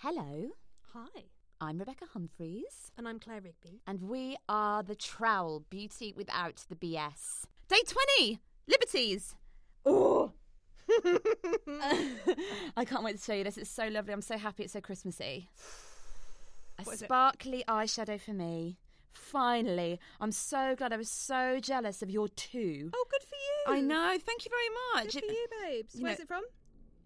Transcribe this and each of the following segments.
Hello, Hi, I'm Rebecca Humphreys, and I'm Claire Rigby. and we are the Trowel Beauty Without the BS. Day 20 Liberties. Oh, I can't wait to show you this. It's so lovely. I'm so happy it's so Christmassy. A What is it? sparkly eyeshadow for me. Finally, I'm so glad. I was so jealous of your two. Oh, good for you. I know. Thank you very much. Good for It- you, babes. you Where's know- it from?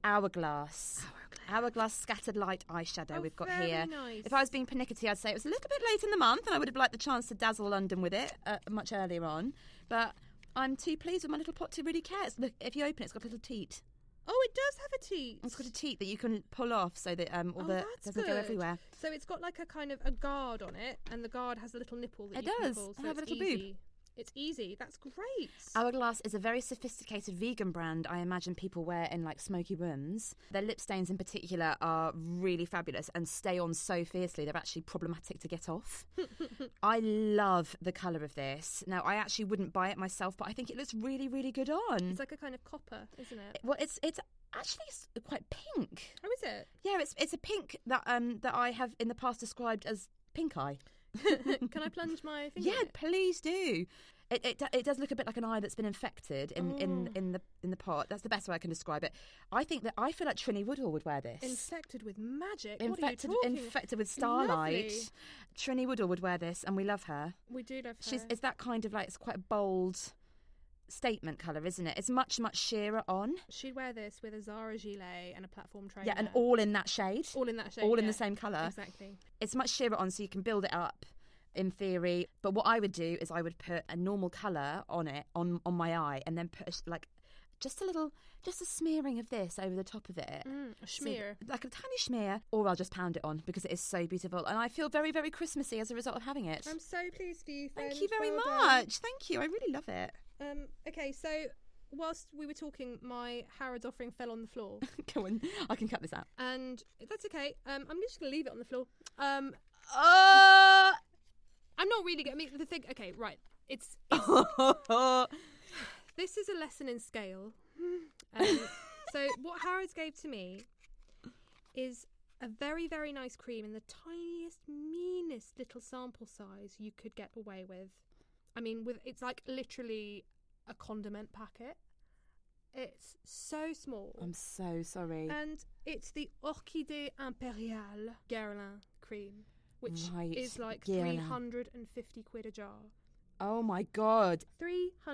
Hourglass. Hourglass scattered light eyeshadow Oh, we've got very here. nice. If I was being pernickety, I'd say it was a little bit late in the month, and I would have liked the chance to dazzle London with it uh, much earlier on. But I'm too pleased with my little pot to really care. It's- Look, if you open it, it's got a little teat. Oh, it does have a teat. It's got a teat that you can pull off so that um, all Oh, the that's doesn't go good. everywhere. So it's got like a kind of a guard on it, and the guard has a little nipple that It you can does. nibble, so I have a it's little boob. Oh, um, easy. It's easy. That's great. Hourglass is a very sophisticated vegan brand I imagine people wear in like smoky rooms. Their lip stains in particular are really fabulous and stay on so fiercely they're actually problematic to get off. I love the colour of this. Now I actually wouldn't buy it myself, but I think it looks really, really good on. It's like a kind of copper, isn't it? well it's it's actually s- quite pink. Oh, is it? Yeah, it's it's a pink that um that I have in the past described as pink eye. Can I plunge my finger? Yeah, in it? please do. It, it, do- it does look a bit like an eye that's been infected in, Mm. in, in the in the pot. That's the best way I can describe it. I think that I feel like Trini Woodall would wear this. Infected with magic. infected, what are you talking? infected with starlight. Lovely. Trini Woodall would wear this, and we love her. We do love her. She's it's that kind of like it's quite a bold statement color, isn't it? It's much much sheerer on. She'd wear this with a Zara gilet and a platform trainer. Yeah, and all in that shade. all in that shape. all in yeah. the same colour. Exactly. it's much sheerer on so you can build it up in theory but what i would do is i would put a normal color on it on on my eye and then put a, sh- like just a little just a smearing of this over the top of it Mm, a So th- smear. like a tiny smear or i'll just pound it on because it is so beautiful and i feel very very christmassy as a result of having it I'm so pleased for you. thank friend. you very Well done. much thank you i really love it Um, okay, so whilst we were talking, my Harrods offering fell on the floor, go on i can cut this out and that's okay. Um, I'm just going to leave it on the floor. Um, Uh, oh I'm not really. go- I mean, the thing. Okay, right. It's, it's um, this is a lesson in scale. Um, so what Harrods gave to me is a very very nice cream in the tiniest meanest little sample size you could get away with. I mean, with it's like literally a condiment packet. It's so small. i'm so sorry And it's the Orchidée Impériale Guerlain cream, which Right, is like Guerlain. 350 quid a jar. oh my god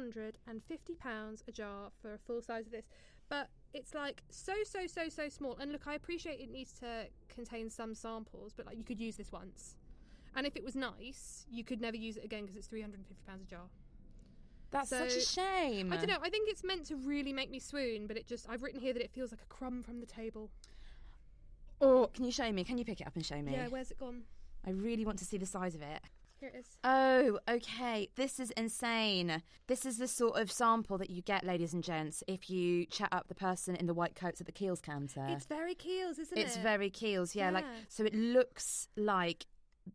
350 pounds a jar for a full size of this. But it's like so, so, so, so small. And look, I appreciate it needs to contain some samples, but like you could use this once. And if it was nice, you could never use it again because it's 350 pounds a jar. that's So- such a shame I don't know. I think it's meant to really make me swoon, but it just, I've written here that it feels like a crumb from the table. Oh, can you show me? Can you pick it up and show me? Yeah, where's it gone? I really want to see the size of it. Here it is. Oh, okay. This is insane. This is the sort of sample that you get, ladies and gents, if you chat up the person in the white coats at the Keels counter. It's very Keels, isn't It's it? very Keels, yeah. Like Yeah. so, it looks like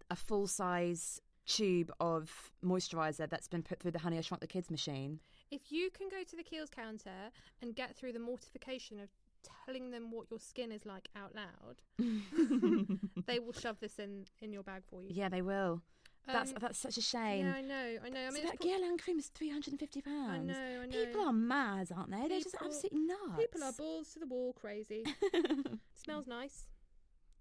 a full size tube of moisturizer that's been put through the Honey I Shrunk the Kids machine. If you can go to the Keels counter and get through the mortification of telling them what your skin is like out loud, they will shove this in in your bag for you. Yeah, they will. that's Um, that's such a shame. Yeah, I know, I know. I So mean, it's that pro- Guerlain cream is three hundred and fifty pounds. I know, I know. People are mad, aren't they? They're just People- absolutely nuts. people are balls to the wall crazy. smells nice,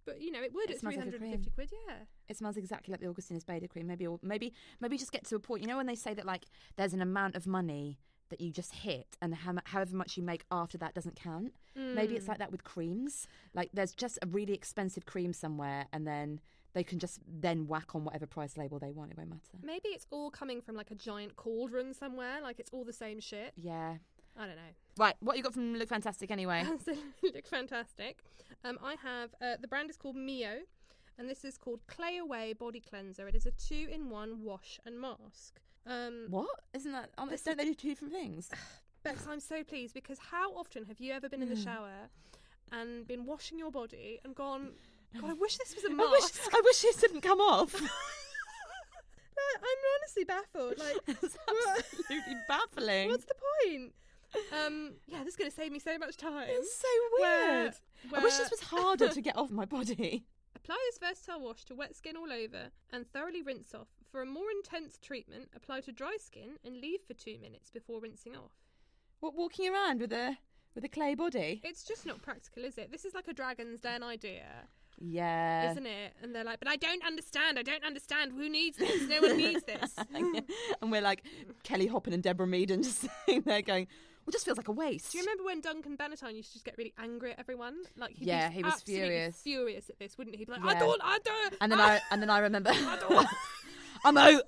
but you know it would It at smells three like a hundred and fifty quid. Yeah, It smells exactly like the Augustina's Beta cream. Maybe, or maybe, maybe just get to a point. You know when they say that like there's an amount of money that you just hit, and how, mu- however much you make after that doesn't count. Maybe it's like that with creams. Like there's just a really expensive cream somewhere, and then they can just then whack on whatever price label they want. It won't matter. maybe it's all coming from like a giant cauldron somewhere. Like it's all the same shit. Yeah. I don't know. Right. What you got from Look Fantastic anyway? so they look fantastic. Um, I have uh, the brand is called Mio, and this is called Clay Away Body Cleanser. It is a two-in-one wash and mask. Um, what isn't that? aren't they- Don't they do two different things? Bex, I'm so pleased because how often have you ever been in the shower and been washing your body and gone? God, I wish this was a mask. I wish. I wish this didn't come off. No, I'm honestly baffled. Like, It's absolutely baffling. what's the point? Um, yeah, this is going to save me so much time. It's so Where- weird. I wish where- this was harder to get off my body. Apply this versatile wash to wet skin all over and thoroughly rinse off. For a more intense treatment, apply to dry skin and leave for two minutes before rinsing off. What walking around with a with a clay body? It's just not practical, is it? This is like a Dragon's Den idea, Yeah. isn't it? And they're like, but I don't understand. I don't understand. Who needs this? No one needs this. and we're like Kelly Hoppen and Deborah Meaden just sitting there going, well, just feels like a waste. Do you remember when Duncan Benetton used to just get really angry at everyone? Like, he'd Yeah, be he was absolutely furious. furious at this, wouldn't he? He'd be like, I Yeah. don't, I don't. and then I and then I remember I don't want, I'm out.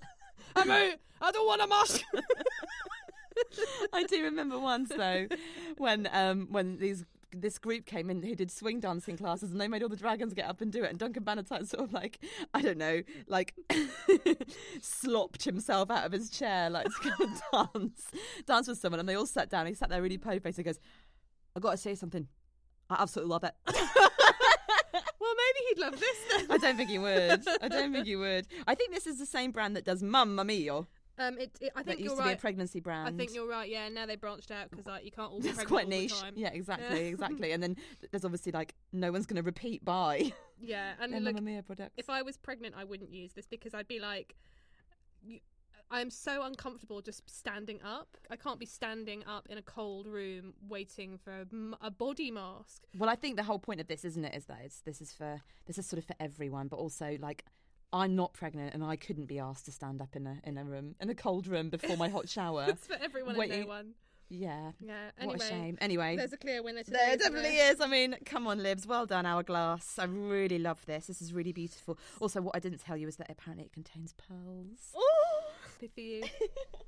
I'm out. I don't want a mask. I do remember once though, when um when these this group came in who did swing dancing classes and they made all the dragons get up and do it and Duncan Bannatyne sort of like I don't know like slopped himself out of his chair like to go and dance dance with someone and they all sat down he sat there really pale faced and goes I got to say something I absolutely love it well, maybe he'd love this then. I don't think he would I don't think he would I think this is the same brand that does Mamma Mia Um, it, it, I that think used you're to be a right. pregnancy brand I think you're right. Yeah, now they branched out because like you can't all be That's pregnant quite all the niche. time. Yeah, exactly, exactly. And then th- there's obviously like no one's going to repeat buy Yeah, a and look, Mamma Mia product. if I was pregnant, I wouldn't use this because I'd be like, you- I am so uncomfortable just standing up. I can't be standing up in a cold room waiting for a, m- a body mask. Well, I think the whole point of this, isn't it, is that it's this is for this is sort of for everyone, but also like I'm not pregnant and I couldn't be asked to stand up in a in a room in a cold room before my hot shower. It's for everyone and Waiting- no one. Yeah, Yeah. Anyway, what a shame. Anyway. There's a clear winner today. there isn't definitely is. I mean, come on, Libs. Well done, Hourglass. I really love this. This is really beautiful. Also, what I didn't tell you is that apparently it contains pearls. Oh, good for you.